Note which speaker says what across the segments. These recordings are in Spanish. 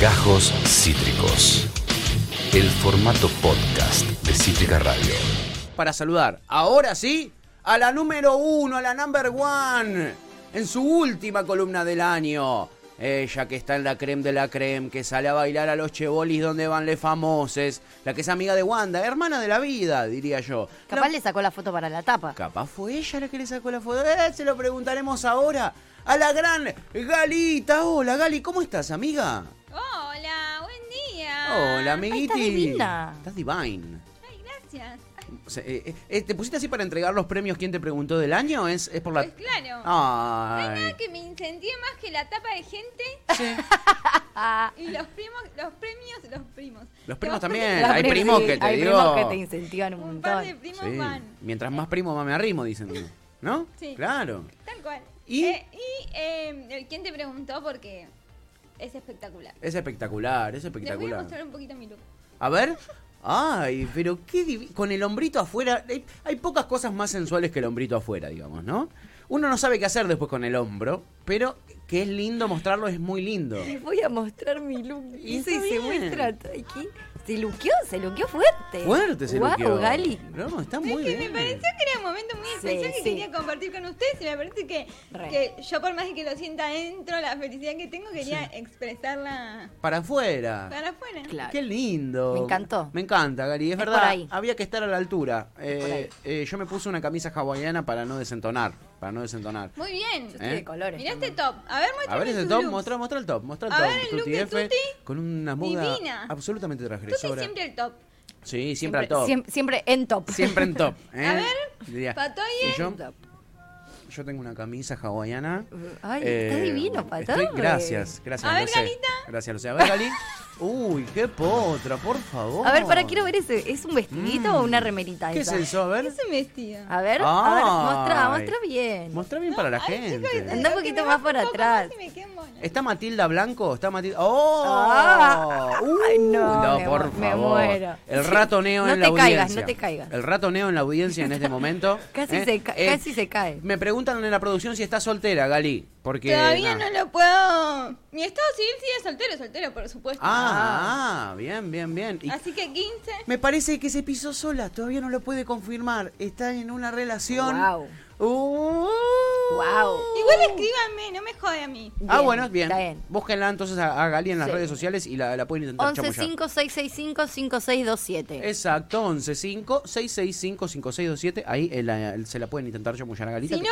Speaker 1: Gajos Cítricos. El formato podcast de Cítrica Radio.
Speaker 2: para saludar. Ahora sí, a la número uno, a la number one, en su última columna del año. Ella que está en la creme de la creme, que sale a bailar a los chebolis donde van les famoses, la que es amiga de Wanda, hermana de la vida, diría yo.
Speaker 3: Capaz
Speaker 2: La-
Speaker 3: le sacó la foto para la tapa.
Speaker 2: Capaz fue ella la que le sacó la foto. Eh, se lo preguntaremos ahora a la gran Galita. Hola Gali, ¿cómo estás, amiga?
Speaker 4: Hola, buen día.
Speaker 2: Hola, amiguiti.
Speaker 3: Ah,
Speaker 2: Estás
Speaker 3: estás divina.
Speaker 2: divine.
Speaker 4: Ay, gracias. Ay,
Speaker 2: O sea, eh, eh, eh, ¿Te pusiste así para entregar los premios? ¿Quién te preguntó del año? ¿Es, es por la.?
Speaker 4: Pues claro. No hay
Speaker 2: Ay.
Speaker 4: nada que me incentive más que la tapa de gente
Speaker 2: Sí. Ah,
Speaker 4: y los primos, los premios, los primos.
Speaker 2: Los primos también.
Speaker 3: Los
Speaker 2: hay primos
Speaker 3: sí,
Speaker 2: que te
Speaker 3: hay
Speaker 2: digo.
Speaker 3: primos que te incentivan un
Speaker 4: Un par de
Speaker 3: montón.
Speaker 4: primos
Speaker 2: Sí.
Speaker 4: van.
Speaker 2: Mientras más primos, más me arrimo, dicen. ¿No?
Speaker 4: Eh. Sí.
Speaker 2: Claro.
Speaker 4: Tal cual.
Speaker 2: ¿Y?
Speaker 4: Eh, y eh, el quien te preguntó porque es espectacular.
Speaker 2: Es espectacular, es
Speaker 4: Les voy a
Speaker 2: espectacular.
Speaker 4: mostrar un poquito mi look.
Speaker 2: A ver. Ay, pero qué divi- Con el hombrito afuera. Hay, hay pocas cosas más sensuales que el hombrito afuera, digamos, ¿no? Uno no sabe qué hacer después con el hombro, pero que es lindo mostrarlo, es muy lindo.
Speaker 3: Les voy a mostrar mi look.
Speaker 2: Y
Speaker 3: Hizo
Speaker 2: está
Speaker 3: y se
Speaker 2: bien.
Speaker 3: muestra aquí. Se luqueó, se luqueó fuerte.
Speaker 2: Fuerte se
Speaker 3: Guau,
Speaker 2: lo quiero.
Speaker 3: Gali.
Speaker 2: No, está
Speaker 4: Es
Speaker 2: muy
Speaker 4: que me
Speaker 2: bien.
Speaker 4: pareció que era un momento muy especial que
Speaker 3: sí.
Speaker 4: quería compartir con ustedes y me parece que,
Speaker 3: Re.
Speaker 4: que yo por más que lo sienta adentro, la felicidad que tengo quería expresarla
Speaker 2: Para afuera.
Speaker 4: para afuera.
Speaker 3: Claro.
Speaker 2: Qué lindo.
Speaker 3: Me encantó.
Speaker 2: Me encanta, Gary. Es,
Speaker 3: Es
Speaker 2: verdad.
Speaker 3: por ahí.
Speaker 2: Había que estar a la altura.
Speaker 3: por
Speaker 2: Eh, eh, yo me puse una camisa hawaiana para no desentonar. Para no desentonar.
Speaker 4: Muy bien.
Speaker 3: Yo estoy de
Speaker 2: ¿Eh?
Speaker 3: colores.
Speaker 4: Mirá este
Speaker 3: también.
Speaker 4: top. A ver,
Speaker 2: A ver
Speaker 4: muéstrame
Speaker 2: ese
Speaker 4: tus
Speaker 2: top,
Speaker 4: looks.
Speaker 2: mostra, mostra el top, mostra el
Speaker 4: A
Speaker 2: top.
Speaker 4: ver el look
Speaker 2: Tutti
Speaker 4: de
Speaker 2: F,
Speaker 4: Tutti.
Speaker 2: con una moda
Speaker 4: Divina.
Speaker 2: absolutamente
Speaker 4: Tú sí
Speaker 2: transgresora.
Speaker 4: siempre el top.
Speaker 2: Sí, siempre, al
Speaker 3: Siempre,
Speaker 2: top. Siempre,
Speaker 3: siem- siempre en top.
Speaker 2: en top. ¿eh?
Speaker 4: A ver,
Speaker 2: Diría.
Speaker 4: Patoye.
Speaker 2: Y yo,
Speaker 3: En top.
Speaker 2: yo tengo una camisa hawaiana. Eh,
Speaker 3: Ay, está divino, Patoye.
Speaker 2: estoy- gracias, gracias.
Speaker 4: A ver,
Speaker 2: lo sé.
Speaker 4: Galita.
Speaker 2: Gracias, lo sé. A ver, Gali. Uy, qué potra, por favor.
Speaker 3: A ver, para quiero ver ese. ¿Es un vestidito
Speaker 2: Mm.
Speaker 3: o una remerita
Speaker 2: ¿Qué es
Speaker 3: esa?
Speaker 2: eso? A
Speaker 4: ¿Qué
Speaker 2: ver.
Speaker 4: es un vestido?
Speaker 3: A ver, a ver, muestra,
Speaker 2: Ay.
Speaker 3: muestra bien.
Speaker 2: Mostra bien para la
Speaker 4: Ay,
Speaker 2: gente.
Speaker 4: chicos,
Speaker 3: Anda un
Speaker 4: que
Speaker 3: poquito más
Speaker 4: me bajo
Speaker 3: para
Speaker 4: un poco
Speaker 3: atrás.
Speaker 4: más y me quedan bolas.
Speaker 2: ¿Está Matilda Blanco? ¿Está Matilda? ¡Oh! Uh,
Speaker 3: Ah, ay, no, me
Speaker 2: por
Speaker 3: mu- me
Speaker 2: favor.
Speaker 3: muero.
Speaker 2: El ratoneo
Speaker 3: No
Speaker 2: en
Speaker 3: te
Speaker 2: la
Speaker 3: caigas,
Speaker 2: audiencia.
Speaker 3: no te caigas.
Speaker 2: El ratoneo en la audiencia en este momento. Eh,
Speaker 3: Casi se ca- casi se cae.
Speaker 2: Me preguntan en la producción si está soltera, Gali. Porque,
Speaker 4: Todavía
Speaker 2: nah.
Speaker 4: no lo puedo. Mi estado civil sigue soltero, soltero, por supuesto.
Speaker 2: Ah, ah, bien, bien, bien. Y
Speaker 4: Así que 15.
Speaker 2: me parece que se pisó sola. Todavía no lo puede confirmar. Está en una relación.
Speaker 3: Guau.
Speaker 2: Uh.
Speaker 3: Wow.
Speaker 4: Igual escríbanme, no me jode a mí.
Speaker 2: Ah, bueno, bien.
Speaker 3: Está bien.
Speaker 2: Búsquenla entonces a, a Gali en las
Speaker 3: Sí.
Speaker 2: redes sociales y la, la pueden intentar
Speaker 3: 11
Speaker 2: chamullar.
Speaker 3: 5 6 6 5 5 6 2 7.
Speaker 2: Exacto, 115 665 5627. Ahí eh, la- se la pueden intentar chamullar a Galita.
Speaker 4: Si no,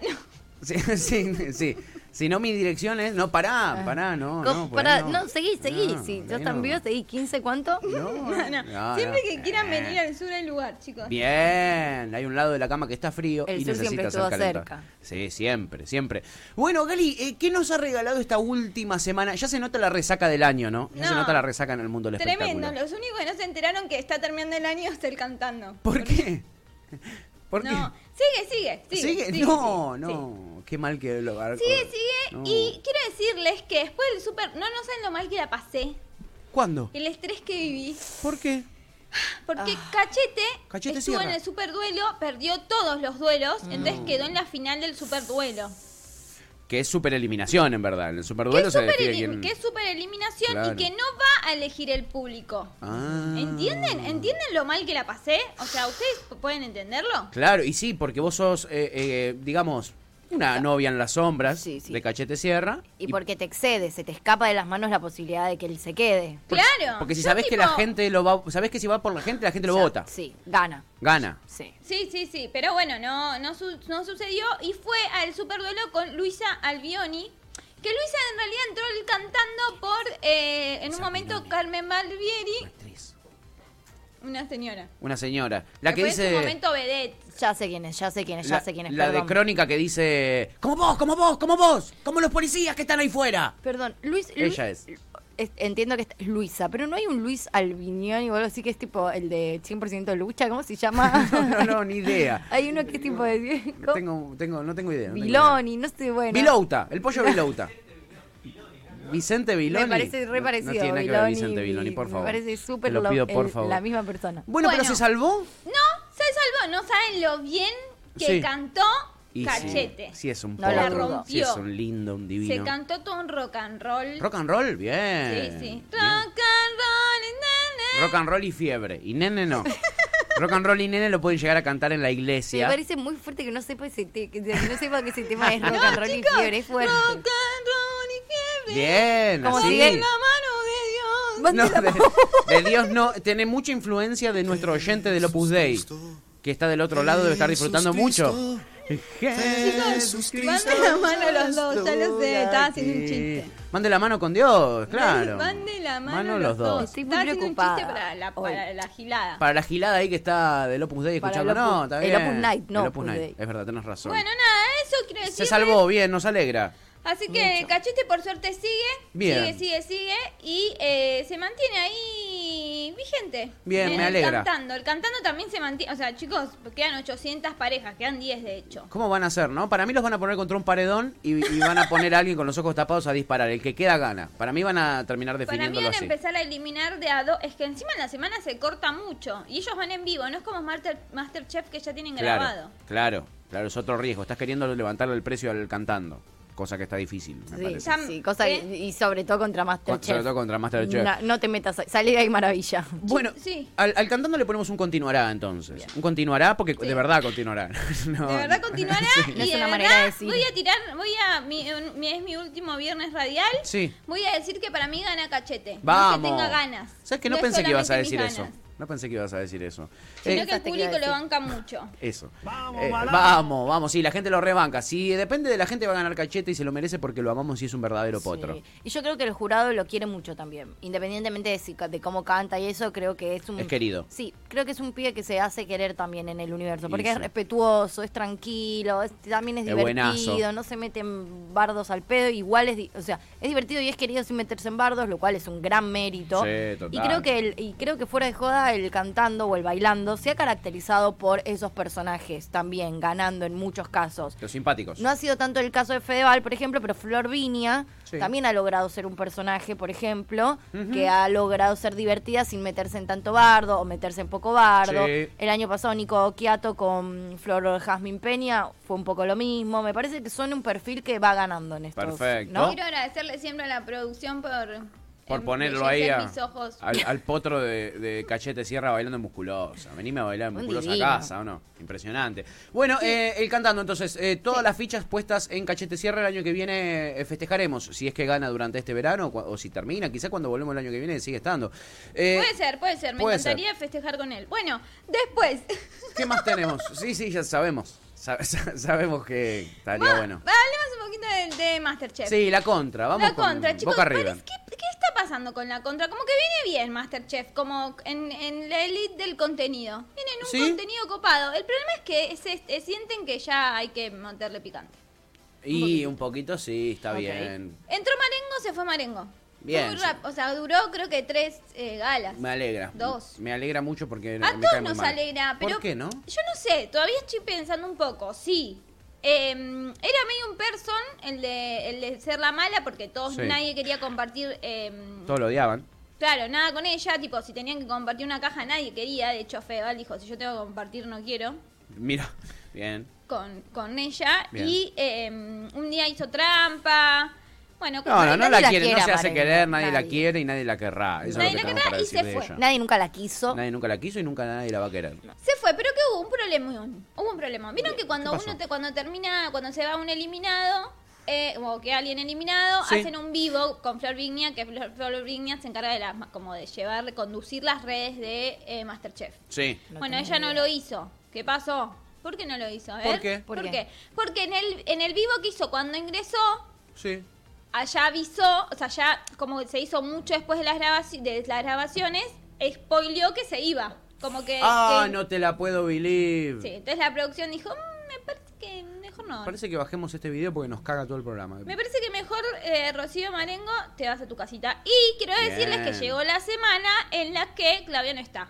Speaker 4: 15. No.
Speaker 2: Sí, sí, sí. Si no, mi dirección es. No, pará, pará, no. No,
Speaker 3: no,
Speaker 2: por ahí
Speaker 3: para, no, seguí, seguí.
Speaker 2: No,
Speaker 3: si
Speaker 2: por
Speaker 3: yo
Speaker 2: ahí
Speaker 3: también
Speaker 2: no.
Speaker 3: vivo, seguí. ¿15 cuánto?
Speaker 2: No,
Speaker 4: No, no.
Speaker 2: no,
Speaker 4: Siempre
Speaker 2: no.
Speaker 4: que quieran
Speaker 2: Eh.
Speaker 4: venir al sur del lugar, chicos.
Speaker 2: Bien, hay un lado de la cama que está frío
Speaker 3: El
Speaker 2: y
Speaker 3: sur siempre
Speaker 2: necesita ser
Speaker 3: estuvo
Speaker 2: calentado.
Speaker 3: cerca.
Speaker 2: Sí, siempre, siempre. Bueno, Gali, eh, ¿qué nos ha regalado esta última semana? Ya se nota la resaca del año, ¿no? Ya se
Speaker 4: No.
Speaker 2: nota la resaca en el mundo del
Speaker 4: Tremendo.
Speaker 2: espectáculo.
Speaker 4: Los únicos que no se enteraron que está terminando el año es el cantando.
Speaker 2: ¿Por qué? ¿Por qué?
Speaker 4: No, sigue, sigue, sigue.
Speaker 2: ¿Sigue?
Speaker 4: sigue,
Speaker 2: no,
Speaker 4: sigue, sigue.
Speaker 2: no. Qué mal que lo
Speaker 4: Sigue, sigue.
Speaker 2: No.
Speaker 4: Y quiero decirles que después del súper, no, no saben lo mal que la pasé.
Speaker 2: ¿Cuándo?
Speaker 4: El estrés que viví.
Speaker 2: ¿Por qué?
Speaker 4: Porque Cachete,
Speaker 2: Ah. Cachete
Speaker 4: estuvo
Speaker 2: cierra. Mm.
Speaker 4: en el super duelo, perdió todos los duelos, entonces quedó en la final del super duelo.
Speaker 2: Que es super eliminación, en verdad. En el
Speaker 4: Que
Speaker 2: superduelo
Speaker 4: es
Speaker 2: se
Speaker 4: super,
Speaker 2: decide quién.
Speaker 4: elim- que es super eliminación
Speaker 2: Claro.
Speaker 4: y que no va a elegir el público.
Speaker 2: Ah.
Speaker 4: ¿Entienden? ¿Entienden lo mal que la pasé? O sea, ¿ustedes p- pueden entenderlo?
Speaker 2: Claro, y sí, porque vos sos, eh, eh, digamos, una novia en las sombras
Speaker 3: Sí, sí.
Speaker 2: de Cachete Sierra.
Speaker 3: Y porque te excedes, se te escapa de las manos la posibilidad de que él se quede.
Speaker 2: porque-
Speaker 4: claro.
Speaker 2: Porque si
Speaker 4: Yo
Speaker 2: sabés que la
Speaker 4: tipo-
Speaker 2: gente lo va. Sabés que si va por la gente, la gente lo
Speaker 3: O sea,
Speaker 2: vota.
Speaker 3: Sí, gana.
Speaker 2: Gana.
Speaker 3: Sí.
Speaker 4: Sí, sí, sí, pero bueno, no, no, su- no sucedió y fue al superduelo con Luisa Albioni. Que Luisa en realidad entró el cantando por, eh, en un momento, Carmen Malvieri,
Speaker 2: Actriz.
Speaker 4: una señora.
Speaker 2: Una señora. La que
Speaker 4: fue En su
Speaker 2: dice.
Speaker 4: momento vedette.
Speaker 3: Ya sé quién es, ya sé quién es, ya
Speaker 2: La,
Speaker 3: sé quién es.
Speaker 2: la de
Speaker 3: perdón.
Speaker 2: Crónica que dice. Como vos, como vos, como vos. Como los policías que están ahí fuera.
Speaker 3: Perdón, Luis.
Speaker 2: Ella es.
Speaker 3: es- Entiendo que es Luisa, pero no hay un Luis Albinioni o algo así que es tipo el de 100% lucha, ¿cómo se llama?
Speaker 2: No, no, no, ni idea.
Speaker 3: Hay uno que es tipo de.
Speaker 2: No
Speaker 3: ¿cómo?
Speaker 2: tengo, tengo, no tengo idea. no tengo idea.
Speaker 3: Viloni, no sé, bueno.
Speaker 2: Vilouta, el pollo Vilouta. Vicente Viloni.
Speaker 3: Me parece re
Speaker 2: No-
Speaker 3: parecido.
Speaker 2: No, tiene nada que ver
Speaker 3: Viloni,
Speaker 2: Vicente Viloni, por
Speaker 3: me
Speaker 2: favor.
Speaker 3: parece súper
Speaker 2: Te lo
Speaker 3: lo-
Speaker 2: pido, por
Speaker 3: el-
Speaker 2: favor.
Speaker 3: la misma persona.
Speaker 2: Bueno, pero
Speaker 4: Bueno.
Speaker 2: se salvó.
Speaker 4: No, se salvó, no saben lo bien que
Speaker 2: Sí.
Speaker 4: cantó
Speaker 2: Y sí,
Speaker 4: Cachete.
Speaker 2: Sí, es un
Speaker 3: No la
Speaker 2: potro,
Speaker 4: rompió.
Speaker 2: sí es un lindo, un divino.
Speaker 4: Se cantó todo un rock and roll.
Speaker 2: Rock and roll, bien.
Speaker 4: sí, sí. Rock
Speaker 2: bien.
Speaker 4: and roll, na, na.
Speaker 2: Rock and roll y fiebre. Y nene no. Rock and roll y nene lo pueden llegar a cantar en la
Speaker 3: Me
Speaker 2: iglesia.
Speaker 3: parece muy fuerte que no sepa, ese te- que no sepa que ese tema es rock and roll y fiebre, es fuerte.
Speaker 4: Rock and roll y fiebre.
Speaker 2: Bien,
Speaker 3: Como
Speaker 2: así.
Speaker 3: sigue-
Speaker 4: En la mano de Dios.
Speaker 3: Mande
Speaker 2: No,
Speaker 3: la
Speaker 2: de, de Dios no. Tiene mucha influencia de nuestro oyente del Opus Dei, que está del otro lado, debe estar disfrutando mucho.
Speaker 3: Eh,
Speaker 4: Chicos, manden la mano los dos, ya lo sé, estaba haciendo un chiste.
Speaker 2: Eh, Mande la mano con Dios, claro.
Speaker 4: Mande la mano,
Speaker 2: Mano los dos.
Speaker 3: Estoy muy
Speaker 4: Estaba haciendo un
Speaker 3: preocupada
Speaker 4: chiste para la,
Speaker 3: hoy.
Speaker 4: para la gilada.
Speaker 2: Para la gilada ahí que está del Opus Dei
Speaker 3: Para el
Speaker 2: escuchando. no,
Speaker 3: Opus-
Speaker 2: está
Speaker 3: el
Speaker 2: bien.
Speaker 3: Opus Night, no
Speaker 2: El Opus
Speaker 3: Opus
Speaker 2: Night.
Speaker 3: Dei.
Speaker 2: Es verdad, tenés razón.
Speaker 4: Bueno, nada, eso quiero decir.
Speaker 2: Se salvó, bien, nos alegra.
Speaker 4: Así que Cachete por suerte sigue,
Speaker 2: Bien.
Speaker 4: sigue, sigue, sigue y eh, se mantiene ahí vigente.
Speaker 2: Bien,
Speaker 4: En
Speaker 2: me
Speaker 4: el
Speaker 2: alegra.
Speaker 4: cantando, el cantando también se mantiene, o sea, chicos, quedan 800 parejas, quedan 10 de hecho.
Speaker 2: ¿Cómo van a hacer, no? Para mí los van a poner contra un paredón y, y van a poner a alguien con los ojos tapados a disparar. El que queda gana. Para mí van a terminar
Speaker 4: Para mí
Speaker 2: definiéndolo
Speaker 4: van a
Speaker 2: así.
Speaker 4: empezar a eliminar de a dos, es que encima en la semana se corta mucho y ellos van en vivo, no es como Master, Masterchef que ya tienen grabado.
Speaker 2: Claro, claro, claro, es otro riesgo. Estás queriendo levantarle el precio al cantando, cosa que está difícil, me
Speaker 3: Sí,
Speaker 2: parece.
Speaker 4: parece.
Speaker 3: sí, cosa que-
Speaker 4: ¿Eh?
Speaker 3: y sobre todo contra Masterchef.
Speaker 2: Sobre todo contra Masterchef.
Speaker 3: No, no te metas ahí, salí de ahí maravilla.
Speaker 2: Bueno,
Speaker 4: Sí.
Speaker 2: al, al cantando le ponemos un continuará entonces. Un continuará porque de verdad continuará. No,
Speaker 4: De verdad
Speaker 2: no.
Speaker 4: continuará
Speaker 2: Sí.
Speaker 4: y
Speaker 3: No es
Speaker 4: de
Speaker 3: una manera
Speaker 4: verdad
Speaker 3: de decir.
Speaker 4: voy a tirar, voy a mi, mi- es mi último viernes radial.
Speaker 2: Sí.
Speaker 4: Voy a decir que para mí gana cachete.
Speaker 2: Vamos.
Speaker 4: No que tenga ganas.
Speaker 2: ¿Sabes que no,
Speaker 4: es
Speaker 2: pensé que ibas a
Speaker 4: solamente
Speaker 2: decir
Speaker 4: mis
Speaker 2: eso?
Speaker 4: ganas,
Speaker 2: No pensé que ibas a decir eso.
Speaker 4: Sino
Speaker 2: Eh,
Speaker 4: que el
Speaker 3: Pensaste que iba a
Speaker 4: público lo
Speaker 3: decir.
Speaker 4: banca mucho.
Speaker 2: Eso. Eh, vamos, vamos, sí, la gente lo rebanca. Si depende de la gente va a ganar cachete y se lo merece porque lo amamos y es un verdadero potro.
Speaker 3: Sí. Y yo creo que el jurado lo quiere mucho también. Independientemente de, si- de cómo canta y eso, creo que es un.
Speaker 2: Es querido.
Speaker 3: Sí, creo que es un pibe que se hace querer también en el universo.
Speaker 2: Y
Speaker 3: Porque es
Speaker 2: sí.
Speaker 3: respetuoso, es tranquilo, es- también es
Speaker 2: Es buenazo.
Speaker 3: divertido, no se meten bardos al pedo. Igual es. di- O sea, es divertido y es querido sin meterse en bardos, lo cual es un gran mérito.
Speaker 2: Sí, total.
Speaker 3: Y creo que el- y creo que fuera de joda, el cantando o el bailando se ha caracterizado por esos personajes también, ganando en muchos casos.
Speaker 2: Los simpáticos.
Speaker 3: No ha sido tanto el caso de Fedeval, por ejemplo, pero Flor Viña
Speaker 2: Sí.
Speaker 3: también ha logrado ser un personaje, por ejemplo, que ha logrado ser divertida sin meterse en tanto bardo o meterse en poco bardo.
Speaker 2: Sí.
Speaker 3: El año pasado Nico Quiato con Flor Jazmín Peña fue un poco lo mismo. Me parece que son un perfil que va ganando en estos,
Speaker 2: Perfecto.
Speaker 3: ¿no?
Speaker 4: Quiero agradecerle siempre a la producción por
Speaker 2: Por
Speaker 4: em,
Speaker 2: ponerlo ahí
Speaker 4: embellecer
Speaker 2: a-
Speaker 4: mis ojos.
Speaker 2: Al, al potro de, de Cachete Sierra bailando musculosa. Venime a bailar
Speaker 3: Un
Speaker 2: musculosa
Speaker 3: divino.
Speaker 2: a casa, ¿o no? Impresionante. Bueno, eh, el cantando, entonces, eh, todas las fichas puestas en Cachete Sierra el año que viene eh, festejaremos. Si es que gana durante este verano cua- o si termina, quizá cuando volvemos el año que viene sigue estando. Eh,
Speaker 4: Puede ser, puede ser. Me
Speaker 2: puede ser.
Speaker 4: encantaría festejar con él. Bueno, después.
Speaker 2: ¿Qué más tenemos? Sí, sí, ya sabemos. Sa- sa- sabemos que estaría
Speaker 4: va-
Speaker 2: bueno.
Speaker 4: Hablemos un poquito de, de Masterchef.
Speaker 2: Sí, la contra, vamos
Speaker 4: la contra,
Speaker 2: con
Speaker 4: chicos,
Speaker 2: Boca arriba.
Speaker 4: parece- ¿qué, qué está pasando con la contra? Como que viene bien Masterchef, como en, en la elite del contenido. Viene en un
Speaker 2: ¿Sí?
Speaker 4: contenido copado. El problema es que se, eh, sienten que ya hay que meterle picante.
Speaker 2: Y un poquito sí, está
Speaker 3: Ok.
Speaker 2: bien.
Speaker 4: Entró Marengo, se fue Marengo.
Speaker 2: Bien,
Speaker 4: Muy
Speaker 2: sí.
Speaker 4: rap- o sea, duró creo que tres eh, galas.
Speaker 2: Me alegra.
Speaker 4: Dos.
Speaker 2: Me alegra mucho porque
Speaker 4: A
Speaker 2: me cae
Speaker 4: todos
Speaker 2: muy
Speaker 4: nos
Speaker 2: mal.
Speaker 4: alegra, pero.
Speaker 2: ¿Por qué no?
Speaker 4: Yo no sé, todavía estoy pensando un poco. Sí, eh, era medio un person el de, el de ser la mala porque todos,
Speaker 2: Sí.
Speaker 4: nadie quería compartir. eh,
Speaker 2: Todos lo odiaban.
Speaker 4: Claro, nada con ella, tipo, si tenían que compartir una caja, nadie quería. De hecho, Fedeval dijo, si yo tengo que compartir, no quiero.
Speaker 2: Mira, bien.
Speaker 4: Con, con ella.
Speaker 2: Bien.
Speaker 4: Y eh, un día hizo trampa. Bueno,
Speaker 2: No, no, no
Speaker 3: nadie
Speaker 2: la
Speaker 3: la
Speaker 2: quiere, no
Speaker 3: quiere,
Speaker 2: se hace
Speaker 3: Marengo,
Speaker 2: querer, nadie, la
Speaker 3: nadie.
Speaker 2: quiere y nadie la querrá. Eso
Speaker 4: Nadie
Speaker 2: es
Speaker 4: la
Speaker 2: lo que tenemos
Speaker 4: querrá
Speaker 2: para
Speaker 4: y
Speaker 2: decir
Speaker 4: se
Speaker 2: de
Speaker 4: fue.
Speaker 2: ella.
Speaker 3: Nadie nunca la quiso.
Speaker 2: Nadie nunca la quiso y nunca nadie la va a querer.
Speaker 4: Se fue, pero que hubo un problemón. Hubo un problemón. Vieron que cuando
Speaker 2: ¿Qué pasó?
Speaker 4: uno te, cuando termina, cuando se va un eliminado, eh, o que alguien eliminado,
Speaker 2: Sí.
Speaker 4: hacen un vivo con Flor Vigna, que Flor, Flor Vigna se encarga de las como de llevar, conducir las redes de eh, Masterchef.
Speaker 2: Sí.
Speaker 3: No
Speaker 4: bueno,
Speaker 3: tengo
Speaker 4: ella no
Speaker 3: idea.
Speaker 4: lo hizo. ¿Qué pasó? ¿Por qué no lo hizo? A ver.
Speaker 2: ¿Por qué?
Speaker 4: ¿Por,
Speaker 3: ¿Por
Speaker 4: qué?
Speaker 3: qué?
Speaker 4: Porque en el, en el vivo que hizo cuando ingresó,
Speaker 2: Sí.
Speaker 4: allá avisó, o sea, ya como se hizo mucho después de las, grabaci- de las grabaciones, spoileó que se iba. Como que...
Speaker 2: Ah,
Speaker 4: que-
Speaker 2: no te la puedo believe.
Speaker 4: Eh, Sí, entonces la producción dijo, "Mm, me parece que mejor no.
Speaker 2: Parece que bajemos este video porque nos caga todo el programa.
Speaker 4: Me parece que mejor, eh, Rocío Marengo, te vas a tu casita. Y quiero decirles
Speaker 2: Bien.
Speaker 4: que llegó la semana en la que Claudia no está.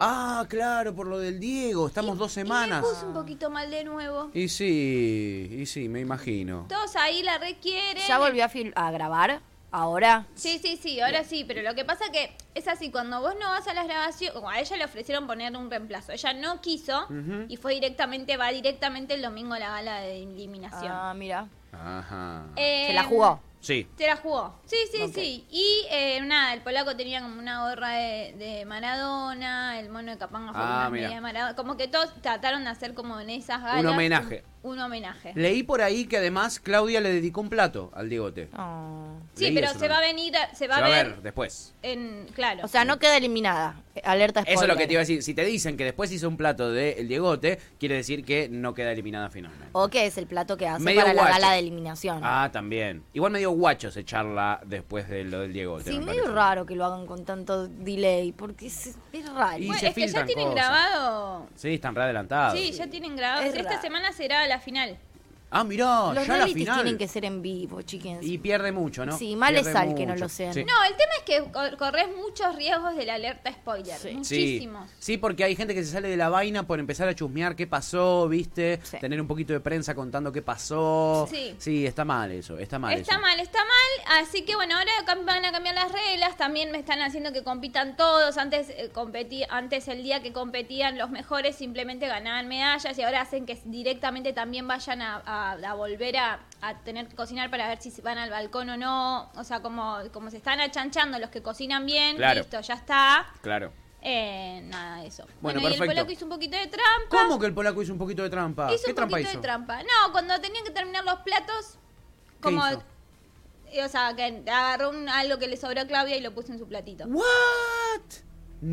Speaker 2: Ah, claro, por lo del Diego. Estamos dos semanas.
Speaker 4: Y me puse un poquito mal de nuevo.
Speaker 2: Y sí, y sí, me imagino.
Speaker 4: Todos ahí la requieren.
Speaker 3: ¿Ya volvió a, fil- a grabar? Ahora,
Speaker 4: Sí, sí, sí, ahora sí, pero lo que pasa que es así, cuando vos no vas a las grabaciones, como a ella le ofrecieron poner un reemplazo, ella no quiso y fue directamente, va directamente el domingo a la gala de eliminación.
Speaker 3: ah, mira,
Speaker 2: Ajá.
Speaker 4: Eh,
Speaker 3: se la jugó.
Speaker 2: Sí.
Speaker 4: Se la jugó, sí, sí,
Speaker 3: Ok.
Speaker 4: sí. Y eh, nada, el polaco tenía como una gorra de, de Maradona, el mono de Capanga fue con
Speaker 2: Ah,
Speaker 4: una
Speaker 2: mira.
Speaker 4: media de Maradona, como que todos trataron de hacer como en esas galas.
Speaker 2: homenaje.
Speaker 4: Un, un homenaje.
Speaker 2: Leí por ahí que además Claudia le dedicó un plato al Diegote.
Speaker 3: Oh.
Speaker 4: sí,
Speaker 2: Leí
Speaker 4: pero
Speaker 2: eso
Speaker 4: se va a
Speaker 2: también.
Speaker 4: venir, a- se
Speaker 2: Se
Speaker 4: va a ver,
Speaker 2: después.
Speaker 4: en, claro.
Speaker 3: O sea, no queda eliminada. Eh, Alerta spoiler.
Speaker 2: Eso es lo que te iba a decir. Si te dicen que después hizo un plato de El Diegote, quiere decir que no queda eliminada finalmente.
Speaker 3: O que es el plato que hace
Speaker 2: Medio
Speaker 3: para
Speaker 2: guacho.
Speaker 3: la gala de eliminación.
Speaker 2: Ah, también. Igual medio guacho se charla después de lo del Diegote.
Speaker 3: sí,
Speaker 2: me
Speaker 3: medio
Speaker 2: parece.
Speaker 3: raro que lo hagan con tanto delay, porque es, es raro.
Speaker 2: Y
Speaker 4: Bueno,
Speaker 2: se
Speaker 4: es que ya
Speaker 2: filtran
Speaker 4: tienen
Speaker 2: cosas. Ah,
Speaker 4: grabado
Speaker 2: Sí, están re adelantados.
Speaker 4: Sí, ya tienen grabado.
Speaker 3: Es
Speaker 4: Esta
Speaker 3: raro.
Speaker 4: semana será la final.
Speaker 2: Ah, mirá,
Speaker 3: Los
Speaker 2: ya la
Speaker 3: realities
Speaker 2: final.
Speaker 3: tienen que ser en vivo, chiquens.
Speaker 2: Y pierde mucho, ¿no?
Speaker 3: Sí, mal
Speaker 2: Pierde
Speaker 3: es al que no
Speaker 2: mucho.
Speaker 3: lo sean.
Speaker 2: Sí.
Speaker 4: No, el tema es que cor- corres muchos riesgos de la alerta spoiler.
Speaker 3: Sí.
Speaker 2: Sí.
Speaker 4: Muchísimos.
Speaker 2: sí, porque hay gente que se sale de la vaina por empezar a chusmear qué pasó, ¿viste?
Speaker 3: Sí.
Speaker 2: Tener un poquito de prensa contando qué pasó.
Speaker 4: Sí.
Speaker 2: está mal eso, está mal
Speaker 4: Está
Speaker 2: eso.
Speaker 4: mal, está mal. Así que bueno, ahora cam- van a cambiar las reglas. También me están haciendo que compitan todos. Antes eh, competí, antes el día que competían los mejores simplemente ganaban medallas y ahora hacen que directamente también vayan a, a- a volver a, a tener que cocinar para ver si se van al balcón o no. O sea, como, como se están achanchando los que cocinan bien,
Speaker 2: Claro.
Speaker 4: listo, ya está.
Speaker 2: Claro.
Speaker 4: Eh, nada de eso.
Speaker 2: Bueno,
Speaker 4: Bueno, y
Speaker 2: perfecto.
Speaker 4: el polaco hizo un poquito de trampa.
Speaker 2: ¿Cómo que el polaco hizo un poquito de trampa?
Speaker 4: Hizo
Speaker 2: Ah, ¿Qué
Speaker 4: un
Speaker 2: trampa
Speaker 4: poquito
Speaker 2: hizo?
Speaker 4: de trampa. No, cuando tenían que terminar los platos, como.
Speaker 2: hizo?
Speaker 4: eh, O sea, que agarró un- algo que le sobró a Claudia y lo puso en su platito.
Speaker 2: ¿What?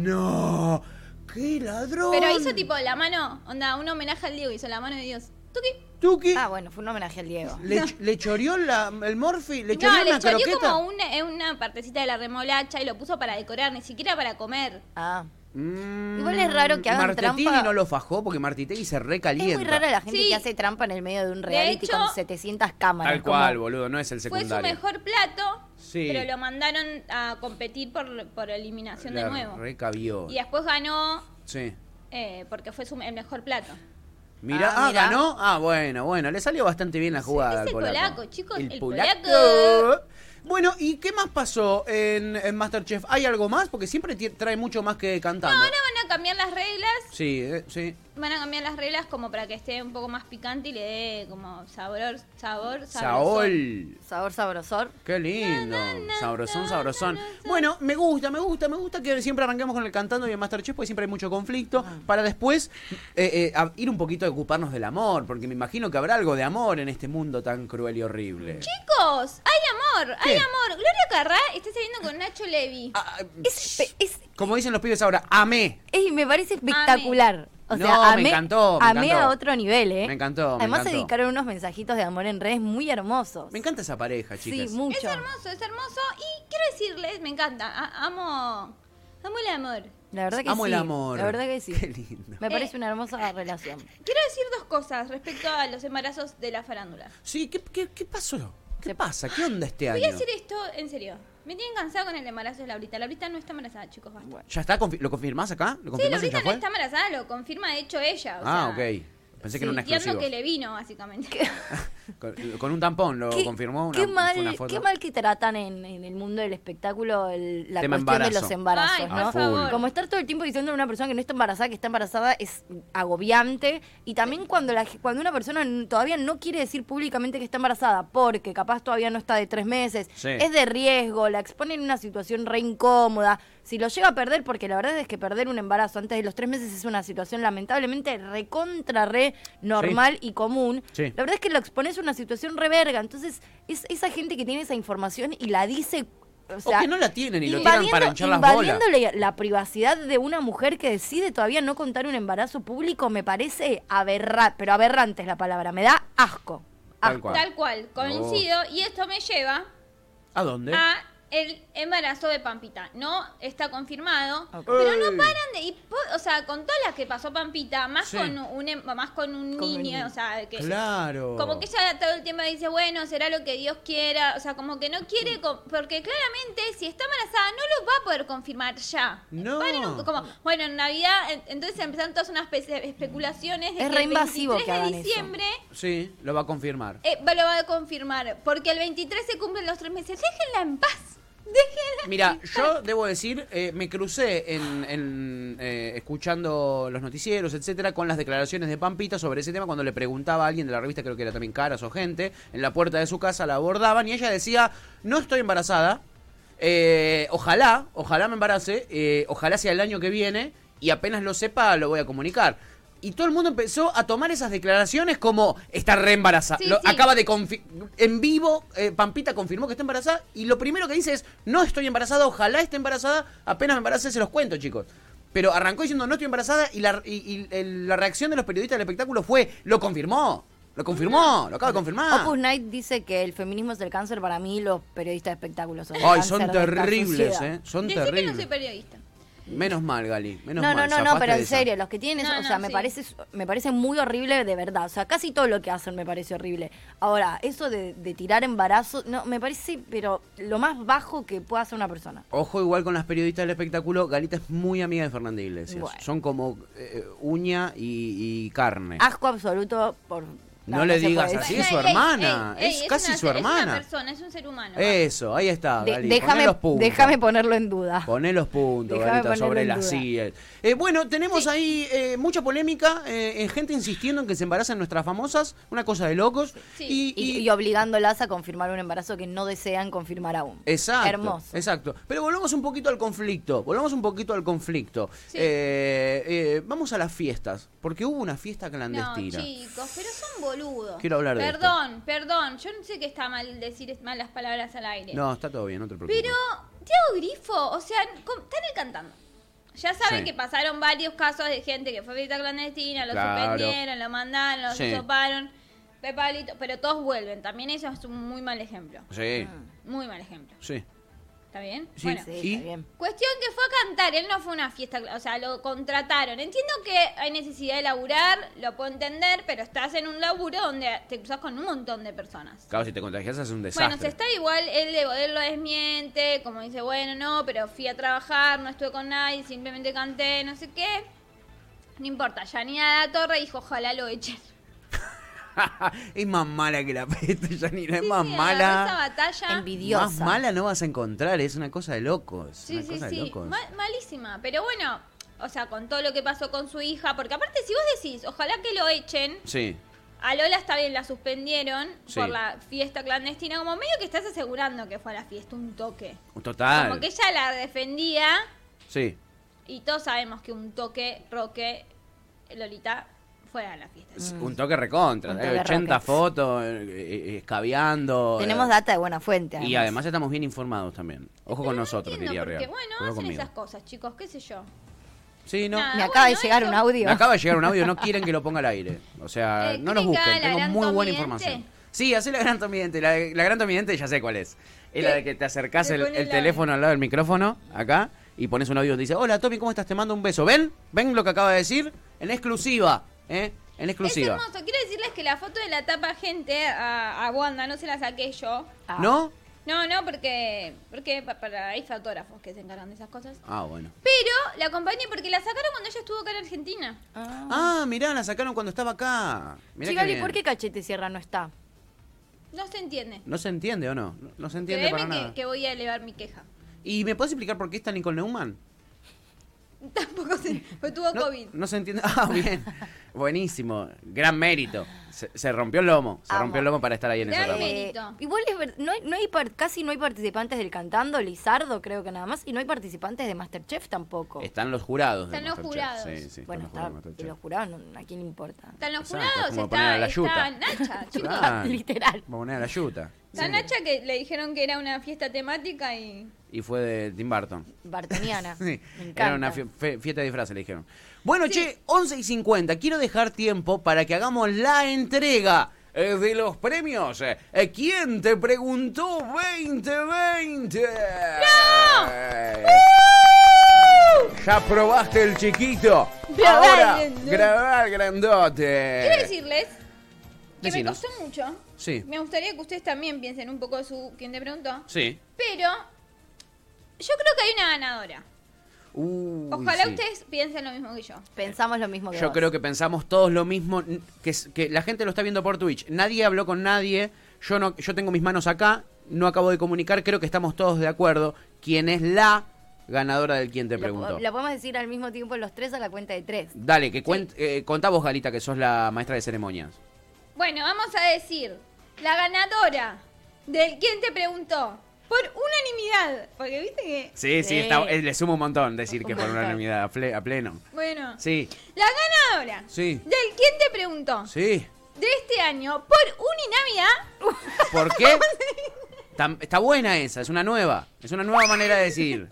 Speaker 2: No. ¡Qué ladrón!
Speaker 4: Pero hizo tipo la mano, onda, un homenaje al Diego, hizo la mano de Dios. ¿Tú qué?
Speaker 2: ¿Tuki?
Speaker 3: Ah, bueno, fue un homenaje al Diego.
Speaker 2: le, ch- le choreó la- el Morphy? ¿Le choreó
Speaker 4: No, le
Speaker 2: una
Speaker 4: choreó
Speaker 2: croqueta?
Speaker 4: como una, eh, una partecita de la remolacha y lo puso para decorar, ni siquiera para comer.
Speaker 3: Ah.
Speaker 2: Mm,
Speaker 3: Igual es raro que hagan
Speaker 2: Martetegui
Speaker 3: trampa.
Speaker 2: no lo fajó porque Martitegui se recalienta.
Speaker 3: Es muy rara la gente
Speaker 4: Sí.
Speaker 3: que hace trampa en el medio de un reality
Speaker 4: hecho,
Speaker 3: con 700 cámaras.
Speaker 2: Tal cual,
Speaker 3: como-
Speaker 2: boludo, no es el
Speaker 4: Fue
Speaker 2: secundario.
Speaker 4: su mejor plato,
Speaker 2: Sí.
Speaker 4: pero lo mandaron a competir por, por eliminación de
Speaker 2: La
Speaker 4: nuevo.
Speaker 2: recabió.
Speaker 4: Y después ganó
Speaker 2: Sí.
Speaker 4: eh, porque fue su, el mejor plato.
Speaker 2: Mirá, ah,
Speaker 3: Ah, mirá.
Speaker 2: ganó. Ah, bueno, bueno, le salió bastante bien la jugada.
Speaker 4: es
Speaker 2: al
Speaker 4: el
Speaker 2: polaco.
Speaker 4: polaco, chicos, el
Speaker 2: polaco.
Speaker 4: polaco.
Speaker 2: Bueno, ¿y qué más pasó en, en Masterchef? ¿Hay algo más? Porque siempre ti- trae mucho más que cantando.
Speaker 4: Ahora van a cambiar las reglas
Speaker 2: Sí, eh, sí.
Speaker 4: Van a cambiar las reglas como para que esté un poco más picante y le dé como sabor, sabor, sabroso.
Speaker 2: Saol.
Speaker 3: Sabor sabrosor.
Speaker 2: Qué lindo. Sabrosón, sabrosón. Bueno, me gusta, me gusta, me gusta que siempre arranquemos con el cantando y el Masterchef porque siempre hay mucho conflicto.
Speaker 4: Ah.
Speaker 2: Para después eh, eh, a- ir un poquito a ocuparnos del amor, porque me imagino que habrá algo de amor en este mundo tan cruel y horrible.
Speaker 4: Chicos, hay amor, hay
Speaker 2: ¿Qué?
Speaker 4: amor. Gloria Carrá está saliendo con Nacho Levy.
Speaker 2: Ah, ah,
Speaker 3: Es, espe- es,
Speaker 2: como dicen los pibes ahora, amé.
Speaker 3: es- me parece espectacular. O
Speaker 2: No,
Speaker 3: sea,
Speaker 2: me
Speaker 3: amé,
Speaker 2: encantó, me
Speaker 3: amé
Speaker 2: encantó.
Speaker 3: a otro nivel, ¿eh?
Speaker 2: Me encantó, me
Speaker 3: Además, se
Speaker 2: encantó.
Speaker 3: dedicaron unos mensajitos de amor en redes muy hermosos.
Speaker 2: Me encanta esa pareja,
Speaker 3: sí,
Speaker 2: chicas.
Speaker 3: mucho.
Speaker 4: Es hermoso, es hermoso. Y quiero decirles, me encanta, a- amo, amo el amor.
Speaker 3: La verdad que
Speaker 2: Amo
Speaker 3: sí.
Speaker 2: el amor.
Speaker 3: La verdad que sí.
Speaker 2: Qué lindo.
Speaker 3: Me parece una hermosa relación.
Speaker 4: Quiero decir dos cosas respecto a los embarazos de la farándula.
Speaker 2: Sí, ¿qué, qué, qué pasó? ¿Qué pasa? ¿Qué onda este
Speaker 4: Voy a
Speaker 2: año?
Speaker 4: decir esto en serio. Me tienen cansado con el embarazo de Laurita. Laurita no está embarazada, chicos. basta.
Speaker 2: ¿Ya está? Confi- ¿Lo confirmás acá? ¿Lo
Speaker 4: Sí,
Speaker 2: confirmás y
Speaker 4: Laurita
Speaker 2: ya
Speaker 4: no
Speaker 2: fue?
Speaker 4: está embarazada, lo confirma de hecho ella. o
Speaker 2: ah,
Speaker 4: sea,
Speaker 2: ok. Pensé que era una
Speaker 4: Sintiendo
Speaker 2: exclusiva.
Speaker 4: que le vino, básicamente.
Speaker 2: Con, con un tampón lo
Speaker 3: Qué-
Speaker 2: confirmó una,
Speaker 3: qué
Speaker 2: fue
Speaker 3: mal,
Speaker 2: una foto.
Speaker 3: qué mal que tratan en, en el mundo del espectáculo el- la
Speaker 2: Tema
Speaker 3: cuestión
Speaker 2: embarazo.
Speaker 3: de los embarazos,
Speaker 4: Ay, por
Speaker 3: ¿no?
Speaker 4: favor.
Speaker 3: Como estar todo el tiempo diciendo a una persona que no está embarazada, que está embarazada, es agobiante. Y también cuando, la, cuando una persona n- todavía no quiere decir públicamente que está embarazada, porque capaz todavía no está de tres meses,
Speaker 2: Sí.
Speaker 3: es de riesgo, la expone en una situación re incómoda. Si lo llega a perder, porque la verdad es que perder un embarazo antes de los tres meses es una situación lamentablemente recontra re normal y común.
Speaker 2: Sí.
Speaker 3: La verdad es que lo expones a una situación reverga. Entonces, es esa gente que tiene esa información y la dice. O, sea,
Speaker 2: que no la tienen y lo tiran para hinchar las
Speaker 3: invadiéndole la privacidad de una mujer que decide todavía no contar un embarazo público me parece aberrante, pero aberrante es la palabra, me da asco.
Speaker 2: Tal
Speaker 3: Asco.
Speaker 2: cual.
Speaker 4: Tal cual, coincido. Y esto me lleva
Speaker 2: ¿A dónde?
Speaker 4: a el embarazo de Pampita. No está confirmado, pero no paran de... y po- o sea, con todas las que pasó Pampita, más
Speaker 2: Sí.
Speaker 4: con un, em- más con un
Speaker 3: Con el
Speaker 4: niño,
Speaker 3: niño.
Speaker 4: o sea, que...
Speaker 2: Claro.
Speaker 4: Como que ella todo el tiempo dice, bueno, será lo que Dios quiera, o sea, como que no quiere,
Speaker 2: Mm.
Speaker 4: co- porque claramente si está embarazada no lo va a poder confirmar ya.
Speaker 2: No.
Speaker 4: Paren un- como, bueno, en Navidad, en- entonces empezaron todas unas espe- especulaciones de
Speaker 3: Es
Speaker 4: que
Speaker 3: re
Speaker 4: el
Speaker 3: invasivo
Speaker 4: 23
Speaker 3: que hagan
Speaker 4: de
Speaker 3: eso.
Speaker 4: diciembre
Speaker 2: Sí, lo va a confirmar.
Speaker 4: eh, va- lo va a confirmar, porque el 23 se cumplen los tres meses. Déjenla en paz. Déjenla.
Speaker 2: Mira, yo debo decir, eh, me crucé en, en, eh, escuchando los noticieros, etcétera, con las declaraciones de Pampita sobre ese tema cuando le preguntaba a alguien de la revista, creo que era también Caras o gente, en la puerta de su casa la abordaban y ella decía, no estoy embarazada, eh, ojalá, ojalá me embarace, eh, ojalá sea el año que viene y apenas lo sepa lo voy a comunicar. Y todo el mundo empezó a tomar esas declaraciones como está re embarazada.
Speaker 4: Sí,
Speaker 2: Lo-
Speaker 4: sí.
Speaker 2: Acaba de confi- en vivo, eh, Pampita confirmó que está embarazada y lo primero que dice es, no estoy embarazada, ojalá esté embarazada, apenas me embarace se los cuento, chicos. Pero arrancó diciendo, no estoy embarazada y la, y- y el- la reacción de los periodistas del espectáculo fue, lo confirmó, lo confirmó, lo acaba de confirmar.
Speaker 3: Opus Night dice que el feminismo es el cáncer para mí, los periodistas de espectáculos son el
Speaker 2: Ay,
Speaker 3: cáncer
Speaker 2: son
Speaker 3: de esta
Speaker 2: terribles,
Speaker 3: sociedad.
Speaker 2: ¿eh? Son
Speaker 4: Decí que no
Speaker 2: terribles.
Speaker 4: soy periodista.
Speaker 2: Menos mal, Gali, menos
Speaker 3: no,
Speaker 2: mal.
Speaker 3: no, no,
Speaker 2: zafaste
Speaker 3: no, pero
Speaker 2: de
Speaker 3: en
Speaker 2: esa.
Speaker 3: serio, los que tienen eso,
Speaker 4: No,
Speaker 3: o
Speaker 4: no,
Speaker 3: sea, me
Speaker 4: sí.
Speaker 3: parece me parece muy horrible de verdad. O sea, casi todo lo que hacen me parece horrible. Ahora, eso de, de tirar embarazo, no, me parece, pero lo más bajo que puede hacer una persona.
Speaker 2: Ojo igual con las periodistas del espectáculo, Galita es muy amiga de Fernanda Iglesias.
Speaker 3: Bueno.
Speaker 2: Son como eh, uña y, y carne.
Speaker 3: Asco absoluto por.
Speaker 2: No le
Speaker 3: se
Speaker 2: digas
Speaker 3: puede
Speaker 2: así,
Speaker 3: decir.
Speaker 2: es su
Speaker 4: Ey, ey,
Speaker 2: hermana,
Speaker 4: ey,
Speaker 2: es
Speaker 4: ey,
Speaker 2: casi
Speaker 4: una-
Speaker 2: su
Speaker 4: Es
Speaker 2: hermana. Eh,
Speaker 4: una persona, es un ser humano.
Speaker 2: Eso, ahí está,
Speaker 3: De-
Speaker 2: Gali. Poné
Speaker 3: déjame,
Speaker 2: los puntos.
Speaker 3: déjame ponerlo en duda.
Speaker 2: Poné los puntos,
Speaker 3: Déjame
Speaker 2: Galita,
Speaker 3: ponerlo
Speaker 2: sobre
Speaker 3: en
Speaker 2: las
Speaker 3: duda.
Speaker 2: sillas. Eh, bueno, tenemos ahí eh, mucha polémica, eh, en gente insistiendo en que se embarazan nuestras famosas, una cosa de locos.
Speaker 4: Sí.
Speaker 2: Y, y-
Speaker 3: Y, y obligándolas a confirmar un embarazo que no desean confirmar aún.
Speaker 2: Exacto.
Speaker 3: Hermoso.
Speaker 2: Exacto. Pero volvamos un poquito al conflicto. Volvamos un poquito al conflicto.
Speaker 4: Sí.
Speaker 2: Eh, eh, vamos a las fiestas, porque hubo una fiesta
Speaker 4: No,
Speaker 2: clandestina.
Speaker 4: chicos, pero son boludos.
Speaker 2: Quiero hablar de
Speaker 4: Perdón, perdón. Yo no sé que está mal decir malas palabras al aire.
Speaker 2: No, está todo bien, no te preocupes.
Speaker 4: Pero, Tiago Grifo, o sea, com- están ahí cantando. Ya saben
Speaker 2: Sí.
Speaker 4: que pasaron varios casos de gente que fue visita clandestina, lo
Speaker 2: Claro.
Speaker 4: suspendieron, lo mandaron, lo
Speaker 2: Sí.
Speaker 4: soparon, pero todos vuelven. También eso es un muy mal ejemplo.
Speaker 2: Sí,
Speaker 4: Muy mal ejemplo.
Speaker 2: sí.
Speaker 4: ¿Está bien?
Speaker 2: Sí.
Speaker 4: Bueno.
Speaker 3: Sí,
Speaker 2: ¿Y?
Speaker 3: está bien.
Speaker 4: Cuestión que fue a cantar, él no fue a una fiesta, o sea, lo contrataron. Entiendo que hay necesidad de laburar, lo puedo entender, pero estás en un laburo donde te cruzas con un montón de personas.
Speaker 2: Claro, si te contagias es un desastre.
Speaker 4: Bueno, se está igual, él, de- él lo desmiente, como dice, bueno, no, pero fui a trabajar, no estuve con nadie, simplemente canté, no sé qué. No importa, Yanina de la Torre dijo, ojalá lo echen.
Speaker 2: es más mala que la peste, Janina. Es
Speaker 4: Sí,
Speaker 2: más
Speaker 4: sí, agarró Esa
Speaker 2: mala.
Speaker 4: batalla.
Speaker 3: Envidiosa.
Speaker 2: Más mala no vas a encontrar. Es una cosa de locos. es
Speaker 4: Sí,
Speaker 2: una
Speaker 4: sí,
Speaker 2: cosa de
Speaker 4: sí.
Speaker 2: locos.
Speaker 4: Ma- malísima. Pero bueno, o sea, con todo lo que pasó con su hija, porque aparte si vos decís, ojalá que lo echen,
Speaker 2: Sí.
Speaker 4: a Lola está bien, la suspendieron
Speaker 2: Sí.
Speaker 4: por la fiesta clandestina, como medio que estás asegurando que fue a la fiesta un toque.
Speaker 2: Total.
Speaker 4: Como que ella la defendía
Speaker 2: Sí.
Speaker 4: y todos sabemos que un toque, Roque, Lolita, fue a la fiesta.
Speaker 2: Es Un toque recontra.
Speaker 3: Un
Speaker 2: Hay
Speaker 3: toque
Speaker 2: 80
Speaker 3: rocket.
Speaker 2: fotos, eh, eh, escabeando.
Speaker 3: Tenemos
Speaker 2: eh,
Speaker 3: data de buena fuente.
Speaker 2: Y además estamos bien informados también. Ojo con
Speaker 4: Pero no
Speaker 2: nosotros,
Speaker 4: entiendo
Speaker 2: diría
Speaker 4: por qué.
Speaker 2: Real.
Speaker 4: Bueno,
Speaker 2: Ojo
Speaker 4: hacen
Speaker 2: conmigo.
Speaker 4: esas cosas, chicos, qué sé yo.
Speaker 2: Sí, no.
Speaker 4: Nada.
Speaker 3: Me
Speaker 4: Ah,
Speaker 3: acaba de
Speaker 4: bueno,
Speaker 3: llegar un
Speaker 4: eso-
Speaker 3: audio.
Speaker 2: Me acaba de llegar un audio, no quieren que lo ponga al aire. O sea,
Speaker 4: Eh,
Speaker 2: no nos
Speaker 4: ¿quieren que haga
Speaker 2: busquen,
Speaker 4: la
Speaker 2: tengo
Speaker 4: gran
Speaker 2: muy buena
Speaker 4: tomidente?
Speaker 2: información. Sí, así la gran tomidente. La, la gran tomidente ya sé cuál es. Es la de que te acercás
Speaker 4: Te
Speaker 2: el,
Speaker 4: pone
Speaker 2: el
Speaker 4: la-
Speaker 2: teléfono al lado del micrófono, acá, y pones un audio que te dice, hola Tommy, ¿cómo estás? Te mando un beso. ¿Ven? ¿Ven lo que acaba de decir? En exclusiva, ¿eh? En exclusiva.
Speaker 4: Es hermoso. Quiero decirles que la foto de la tapa gente a, a Wanda no se la saqué yo.
Speaker 3: Ah.
Speaker 2: ¿No?
Speaker 4: No, no, porque, porque pa- para, hay fotógrafos que se encargan de esas cosas.
Speaker 2: Ah, bueno.
Speaker 4: Pero la acompañé porque la sacaron cuando ella estuvo acá en Argentina.
Speaker 3: Ah.
Speaker 2: Ah, mirá, la sacaron cuando estaba acá. Mirá
Speaker 3: Che,
Speaker 2: qué
Speaker 3: Gali,
Speaker 2: bien.
Speaker 3: ¿por qué Cachete Sierra no está?
Speaker 4: No se entiende.
Speaker 2: No se entiende o no. No, no se entiende
Speaker 4: Créeme
Speaker 2: para nada.
Speaker 4: que, que voy a elevar mi queja.
Speaker 2: ¿Y me puedes explicar por qué está Nicole Neumann?
Speaker 4: Tampoco se... Pues tuvo
Speaker 2: No,
Speaker 4: COVID.
Speaker 2: no se entiende. Ah, bien. Buenísimo. Gran mérito. Se, se rompió el lomo. Se
Speaker 3: Amo.
Speaker 2: rompió el lomo para estar ahí en ese
Speaker 4: Gran
Speaker 2: ramo.
Speaker 4: mérito.
Speaker 3: Eh, igual es ver- no, hay- no hay par- casi no hay participantes del Cantando, Lizardo creo que nada más, y no hay participantes de Masterchef tampoco.
Speaker 2: Están los jurados. de
Speaker 4: Están los
Speaker 2: Masterchef.
Speaker 4: jurados.
Speaker 2: Sí, sí,
Speaker 3: bueno,
Speaker 2: están los
Speaker 3: está,
Speaker 2: jurados de
Speaker 3: y los
Speaker 2: Masterchef.
Speaker 3: jurados, no- ¿a quién le importa?
Speaker 4: Están los
Speaker 2: Exacto,
Speaker 4: jurados,
Speaker 2: como poner a
Speaker 4: está,
Speaker 2: la yuta.
Speaker 4: está Nacha, chicos.
Speaker 2: Claro.
Speaker 3: Literal.
Speaker 2: Vamos a poner a la yuta.
Speaker 4: Está Nacha que le dijeron que era una fiesta temática y...
Speaker 2: Y fue de Tim Burton.
Speaker 3: Bartoniana.
Speaker 2: Sí,
Speaker 3: Me encanta.
Speaker 2: era una fie- fe- fiesta de disfraces, le dijeron. Bueno, che, 11 y 50. Quiero dejar tiempo para que hagamos la entrega eh, de los premios. Eh, ¿Quién te preguntó 2020? ¡Uh! Ya probaste el chiquito.
Speaker 4: Grabar
Speaker 2: Ahora,
Speaker 4: grandote.
Speaker 2: grabar grandote.
Speaker 4: Quiero decirles que
Speaker 2: Decinos.
Speaker 4: me costó mucho.
Speaker 2: Sí.
Speaker 4: Me gustaría que ustedes también piensen un poco su quien te preguntó.
Speaker 2: Sí.
Speaker 4: Pero yo creo que hay una ganadora.
Speaker 2: Uy,
Speaker 4: Ojalá
Speaker 2: sí.
Speaker 4: ustedes piensen lo mismo que yo.
Speaker 3: Pensamos lo mismo que
Speaker 2: Yo
Speaker 3: vos.
Speaker 2: creo que pensamos todos lo mismo, n- que, s- que la gente lo está viendo por Twitch. Nadie habló con nadie. Yo no, yo tengo mis manos acá, no acabo de comunicar, creo que estamos todos de acuerdo. ¿Quién es la ganadora del quien te
Speaker 3: Lo po-
Speaker 2: preguntó?
Speaker 3: Lo podemos decir al mismo tiempo los tres a la cuenta de tres.
Speaker 2: Dale, que cuen- eh, contá vos, Galita, que sos la maestra de ceremonias.
Speaker 4: Bueno, vamos a decir, la ganadora del quien te preguntó por unanimidad, porque viste que
Speaker 2: Sí,
Speaker 3: Sí. está- eh,
Speaker 2: le sumo un montón decir
Speaker 3: Un
Speaker 2: que
Speaker 3: que
Speaker 2: por
Speaker 3: por
Speaker 2: una
Speaker 3: montón. unanimidad
Speaker 2: a pleno.
Speaker 4: bueno,
Speaker 2: Sí,
Speaker 4: la ganadora
Speaker 2: Sí.
Speaker 4: del quien te preguntó
Speaker 2: sí.
Speaker 4: de este año por unanimidad
Speaker 2: ¿Por qué? Tam- Está buena esa, es una nueva. Es una nueva manera de decidir.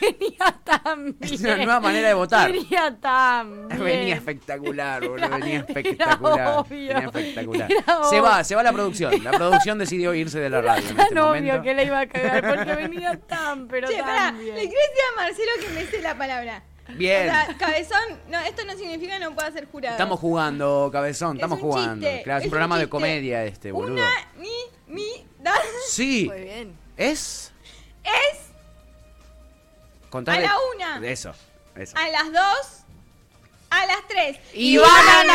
Speaker 3: Venía tan bien.
Speaker 2: Es una nueva manera de votar.
Speaker 3: Venía tan bien.
Speaker 2: Venía espectacular, boludo. Venía
Speaker 3: Era
Speaker 2: espectacular.
Speaker 3: obvio.
Speaker 2: Venía espectacular.
Speaker 3: Era
Speaker 2: Se
Speaker 3: obvio.
Speaker 2: va, se va la producción. La producción decidió irse de la radio en
Speaker 3: Tan
Speaker 2: este
Speaker 3: obvio
Speaker 2: momento.
Speaker 3: que la iba a cagar porque venía tan, pero
Speaker 4: Che,
Speaker 3: tan
Speaker 4: pará,
Speaker 3: bien.
Speaker 4: le querés decir a Marcelo que me sé la palabra.
Speaker 2: Bien.
Speaker 4: O sea, cabezón, no, esto no significa que no pueda ser jurado.
Speaker 2: Estamos jugando, cabezón,
Speaker 4: Es
Speaker 2: estamos
Speaker 4: un chiste,
Speaker 2: jugando. Claro, es un
Speaker 4: es un
Speaker 2: programa de
Speaker 4: chiste.
Speaker 2: comedia este, boludo.
Speaker 4: Una, ni, mi, da.
Speaker 2: Sí,
Speaker 3: Muy bien.
Speaker 2: es
Speaker 4: Es
Speaker 2: contar
Speaker 4: A la una.
Speaker 2: Eso, eso.
Speaker 4: a las dos, a las tres.
Speaker 2: ¡Y
Speaker 4: ¡Ivana
Speaker 2: van a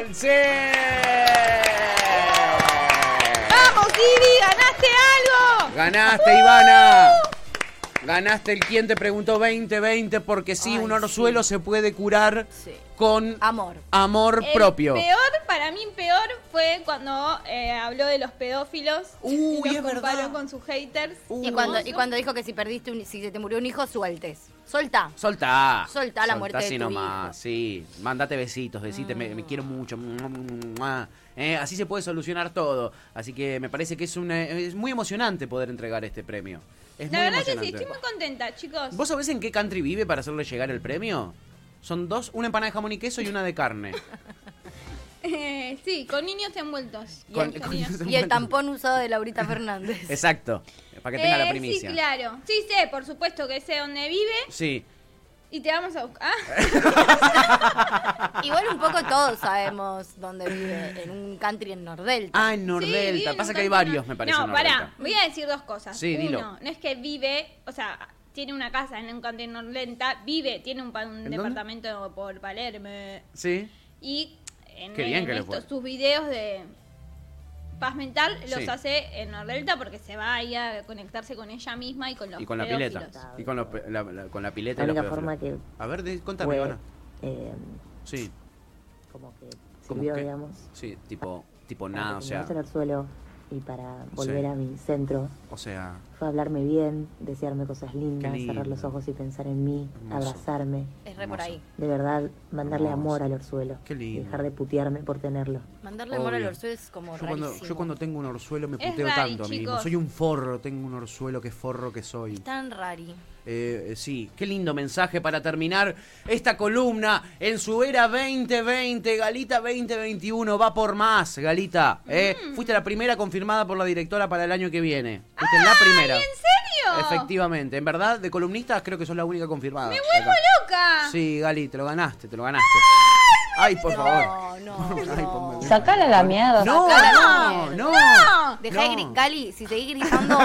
Speaker 2: Nadal! ¡Sí!
Speaker 4: ¡Vamos, Iri! ¡Ganaste algo!
Speaker 2: ¡Ganaste, Ivana! Ganaste el quien te preguntó 2020 porque sí,
Speaker 3: Ay,
Speaker 2: un orzuelo se puede curar
Speaker 3: Sí.
Speaker 2: con
Speaker 3: Amor.
Speaker 2: amor
Speaker 4: ¡Uh! El
Speaker 2: propio.
Speaker 4: peor, para mí peor, fue cuando eh, habló de los pedófilos
Speaker 2: Uy,
Speaker 4: y los
Speaker 2: es
Speaker 4: comparó
Speaker 2: verdad.
Speaker 4: con sus haters.
Speaker 3: y, cuando, y cuando dijo que si perdiste un, si se te murió un hijo, sueltes. Soltá.
Speaker 2: Soltá.
Speaker 3: Soltá la muerte de
Speaker 2: así
Speaker 3: tu
Speaker 2: nomás,
Speaker 3: hijo.
Speaker 2: sí. Mandate besitos, decite, me, me quiero mucho. Eh, así se puede solucionar todo. Así que me parece que es, una, es muy emocionante poder entregar este premio. Es
Speaker 4: La
Speaker 2: muy
Speaker 4: verdad que sí,
Speaker 2: emocionante.
Speaker 4: estoy muy contenta, chicos.
Speaker 2: ¿Vos sabés en qué country vive para hacerle llegar el premio? Son dos, una empanada de jamón y queso y una de carne.
Speaker 4: Eh, sí, con niños envueltos. y
Speaker 2: Con-
Speaker 4: en
Speaker 2: con-
Speaker 4: niños.
Speaker 3: Y el tampón usado de Laurita Fernández.
Speaker 2: Exacto, para que tenga
Speaker 4: Eh,
Speaker 2: la primicia.
Speaker 4: Sí, claro. Sí, sé, por supuesto que sé dónde vive
Speaker 2: Sí,
Speaker 4: y te vamos a buscar. Ah,
Speaker 3: Igual un poco todos sabemos dónde vive, en un country en Nordelta.
Speaker 2: Ah, en
Speaker 4: Sí, vive
Speaker 2: Nordelta.
Speaker 4: en
Speaker 2: Pasa
Speaker 4: un
Speaker 2: que hay
Speaker 4: campo-
Speaker 2: varios, me parece. en
Speaker 4: No, pará.
Speaker 2: Nordelta.
Speaker 4: Voy a decir dos cosas.
Speaker 2: Sí,
Speaker 4: Uno,
Speaker 2: dilo.
Speaker 4: no es que vive, o sea, tiene una casa en un country en Nordelta, vive, tiene un, pa- un
Speaker 2: dónde?
Speaker 4: departamento por Palermo.
Speaker 2: Sí.
Speaker 4: Y en,
Speaker 2: Qué bien
Speaker 4: en
Speaker 2: que le
Speaker 4: esto-
Speaker 2: fue.
Speaker 4: sus videos de paz mental los
Speaker 2: Sí.
Speaker 4: hace en Nordelta porque se va ahí a conectarse con ella misma y con los
Speaker 2: Y con la
Speaker 4: pedófilos.
Speaker 2: pileta. Y con, los pe- la, la- con la pileta.
Speaker 5: La
Speaker 2: y los
Speaker 5: única
Speaker 2: pedófilos.
Speaker 5: forma que
Speaker 2: A ver, de- contame,
Speaker 5: fue,
Speaker 2: Ivana.
Speaker 5: eh,
Speaker 2: Sí.
Speaker 5: como que
Speaker 2: como
Speaker 5: sirvió,
Speaker 2: que-
Speaker 5: digamos,
Speaker 2: Sí, tipo, tipo
Speaker 5: para
Speaker 2: nada, o sea.
Speaker 5: reconocer el suelo y para volver
Speaker 2: Sí.
Speaker 5: a mi centro.
Speaker 2: O sea,
Speaker 5: Fue hablarme bien, desearme cosas lindas,
Speaker 2: lindo.
Speaker 5: cerrar los ojos y pensar en mí,
Speaker 2: Hermoso.
Speaker 5: abrazarme.
Speaker 3: es re por
Speaker 2: hermoso.
Speaker 3: ahí.
Speaker 5: De verdad, mandarle
Speaker 2: Hermoso.
Speaker 5: amor al orzuelo.
Speaker 2: Qué lindo.
Speaker 5: y Dejar de putearme por tenerlo.
Speaker 3: Mandarle amor al
Speaker 2: Obvio.
Speaker 3: orzuelo es como
Speaker 2: yo cuando,
Speaker 3: rarísimo.
Speaker 2: yo cuando tengo un orzuelo me
Speaker 4: Es
Speaker 2: puteo
Speaker 4: rari,
Speaker 2: tanto a mí mismo.
Speaker 4: chicos.
Speaker 2: Soy un forro, tengo un orzuelo, qué forro que soy.
Speaker 3: Tan rari.
Speaker 2: Eh, eh, sí, qué lindo mensaje para terminar esta columna en su era 2020. Galita 2021 va por más, Galita. eh. Fuiste la primera confirmada por la directora para el año que viene. Fuiste la primera. ¿En
Speaker 4: serio?
Speaker 2: Efectivamente, en verdad, de columnistas creo que sos la única confirmada. ¡Me
Speaker 4: ¡Vuelvo loca!
Speaker 2: Sí, Gali, te lo ganaste, te lo ganaste. Ay, por favor.
Speaker 3: No, no,
Speaker 2: Ay, por
Speaker 3: no.
Speaker 2: favor.
Speaker 6: Sacala la mierda.
Speaker 2: No, no,
Speaker 3: Sacala.
Speaker 2: no.
Speaker 3: Dejá de
Speaker 2: No.
Speaker 3: gritar, Cali, si seguís gritando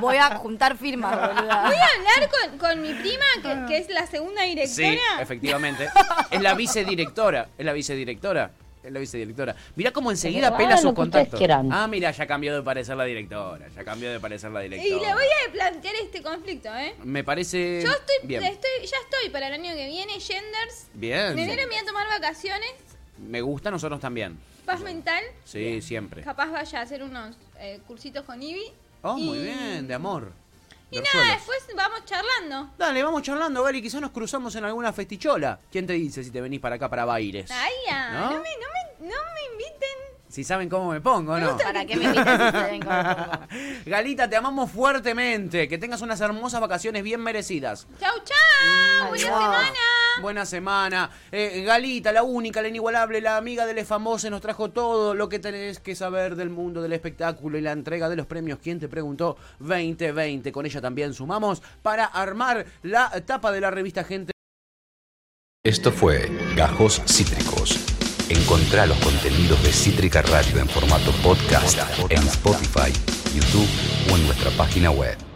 Speaker 3: voy a juntar firmas, boluda.
Speaker 4: Voy a hablar con, con mi prima, que, que es la segunda
Speaker 2: Sí,
Speaker 4: directora.
Speaker 2: efectivamente. Es la vicedirectora. Es la vicedirectora. Es la vicedirectora. Mirá cómo enseguida
Speaker 6: Pero
Speaker 2: pela
Speaker 6: hagan
Speaker 2: sus
Speaker 6: lo que ustedes
Speaker 2: contactos.
Speaker 6: quieran.
Speaker 2: Ah, mira, ya cambió de parecer la directora. Ya cambió de parecer la
Speaker 4: y
Speaker 2: directora.
Speaker 4: le voy a plantear este conflicto, ¿eh?
Speaker 2: Me parece.
Speaker 4: Yo estoy,
Speaker 2: Bien.
Speaker 4: estoy- ya estoy para el año que viene, genders. En enero
Speaker 2: Bien.
Speaker 4: me voy a tomar vacaciones,
Speaker 2: Me gusta, nosotros también.
Speaker 4: paz mental.
Speaker 2: Sí, siempre.
Speaker 4: Capaz vaya a hacer unos eh, cursitos con Ivy.
Speaker 2: Oh,
Speaker 4: Y-
Speaker 2: muy bien, de amor.
Speaker 4: Y
Speaker 2: De
Speaker 4: nada,
Speaker 2: orzuelos.
Speaker 4: después vamos charlando.
Speaker 2: Dale, vamos charlando, Gali. Quizás nos cruzamos en alguna festichola. ¿Quién te dice si te venís para acá para bailes?
Speaker 4: Ay, ya,
Speaker 2: ¿No?
Speaker 4: ¿No? me, no, me, no me inviten.
Speaker 2: Si saben cómo me pongo, ¿no?
Speaker 3: ¿Para qué me invitas si saben cómo me pongo?
Speaker 2: Galita, te amamos fuertemente. Que tengas unas hermosas vacaciones bien merecidas.
Speaker 4: Chau, chau. Buena
Speaker 3: Adiós.
Speaker 4: semana.
Speaker 2: Buena semana. Eh, Galita, la única, la inigualable, la amiga de Les Famosos, nos trajo todo lo que tenés que saber del mundo del espectáculo y la entrega de los premios. ¿Quién te preguntó? 2020. Con ella también sumamos para armar la tapa de la revista Gente.
Speaker 1: Esto fue Gajos Cítricos. Encontrá los contenidos de Cítrica Radio en formato podcast en Spotify, YouTube o en nuestra página web.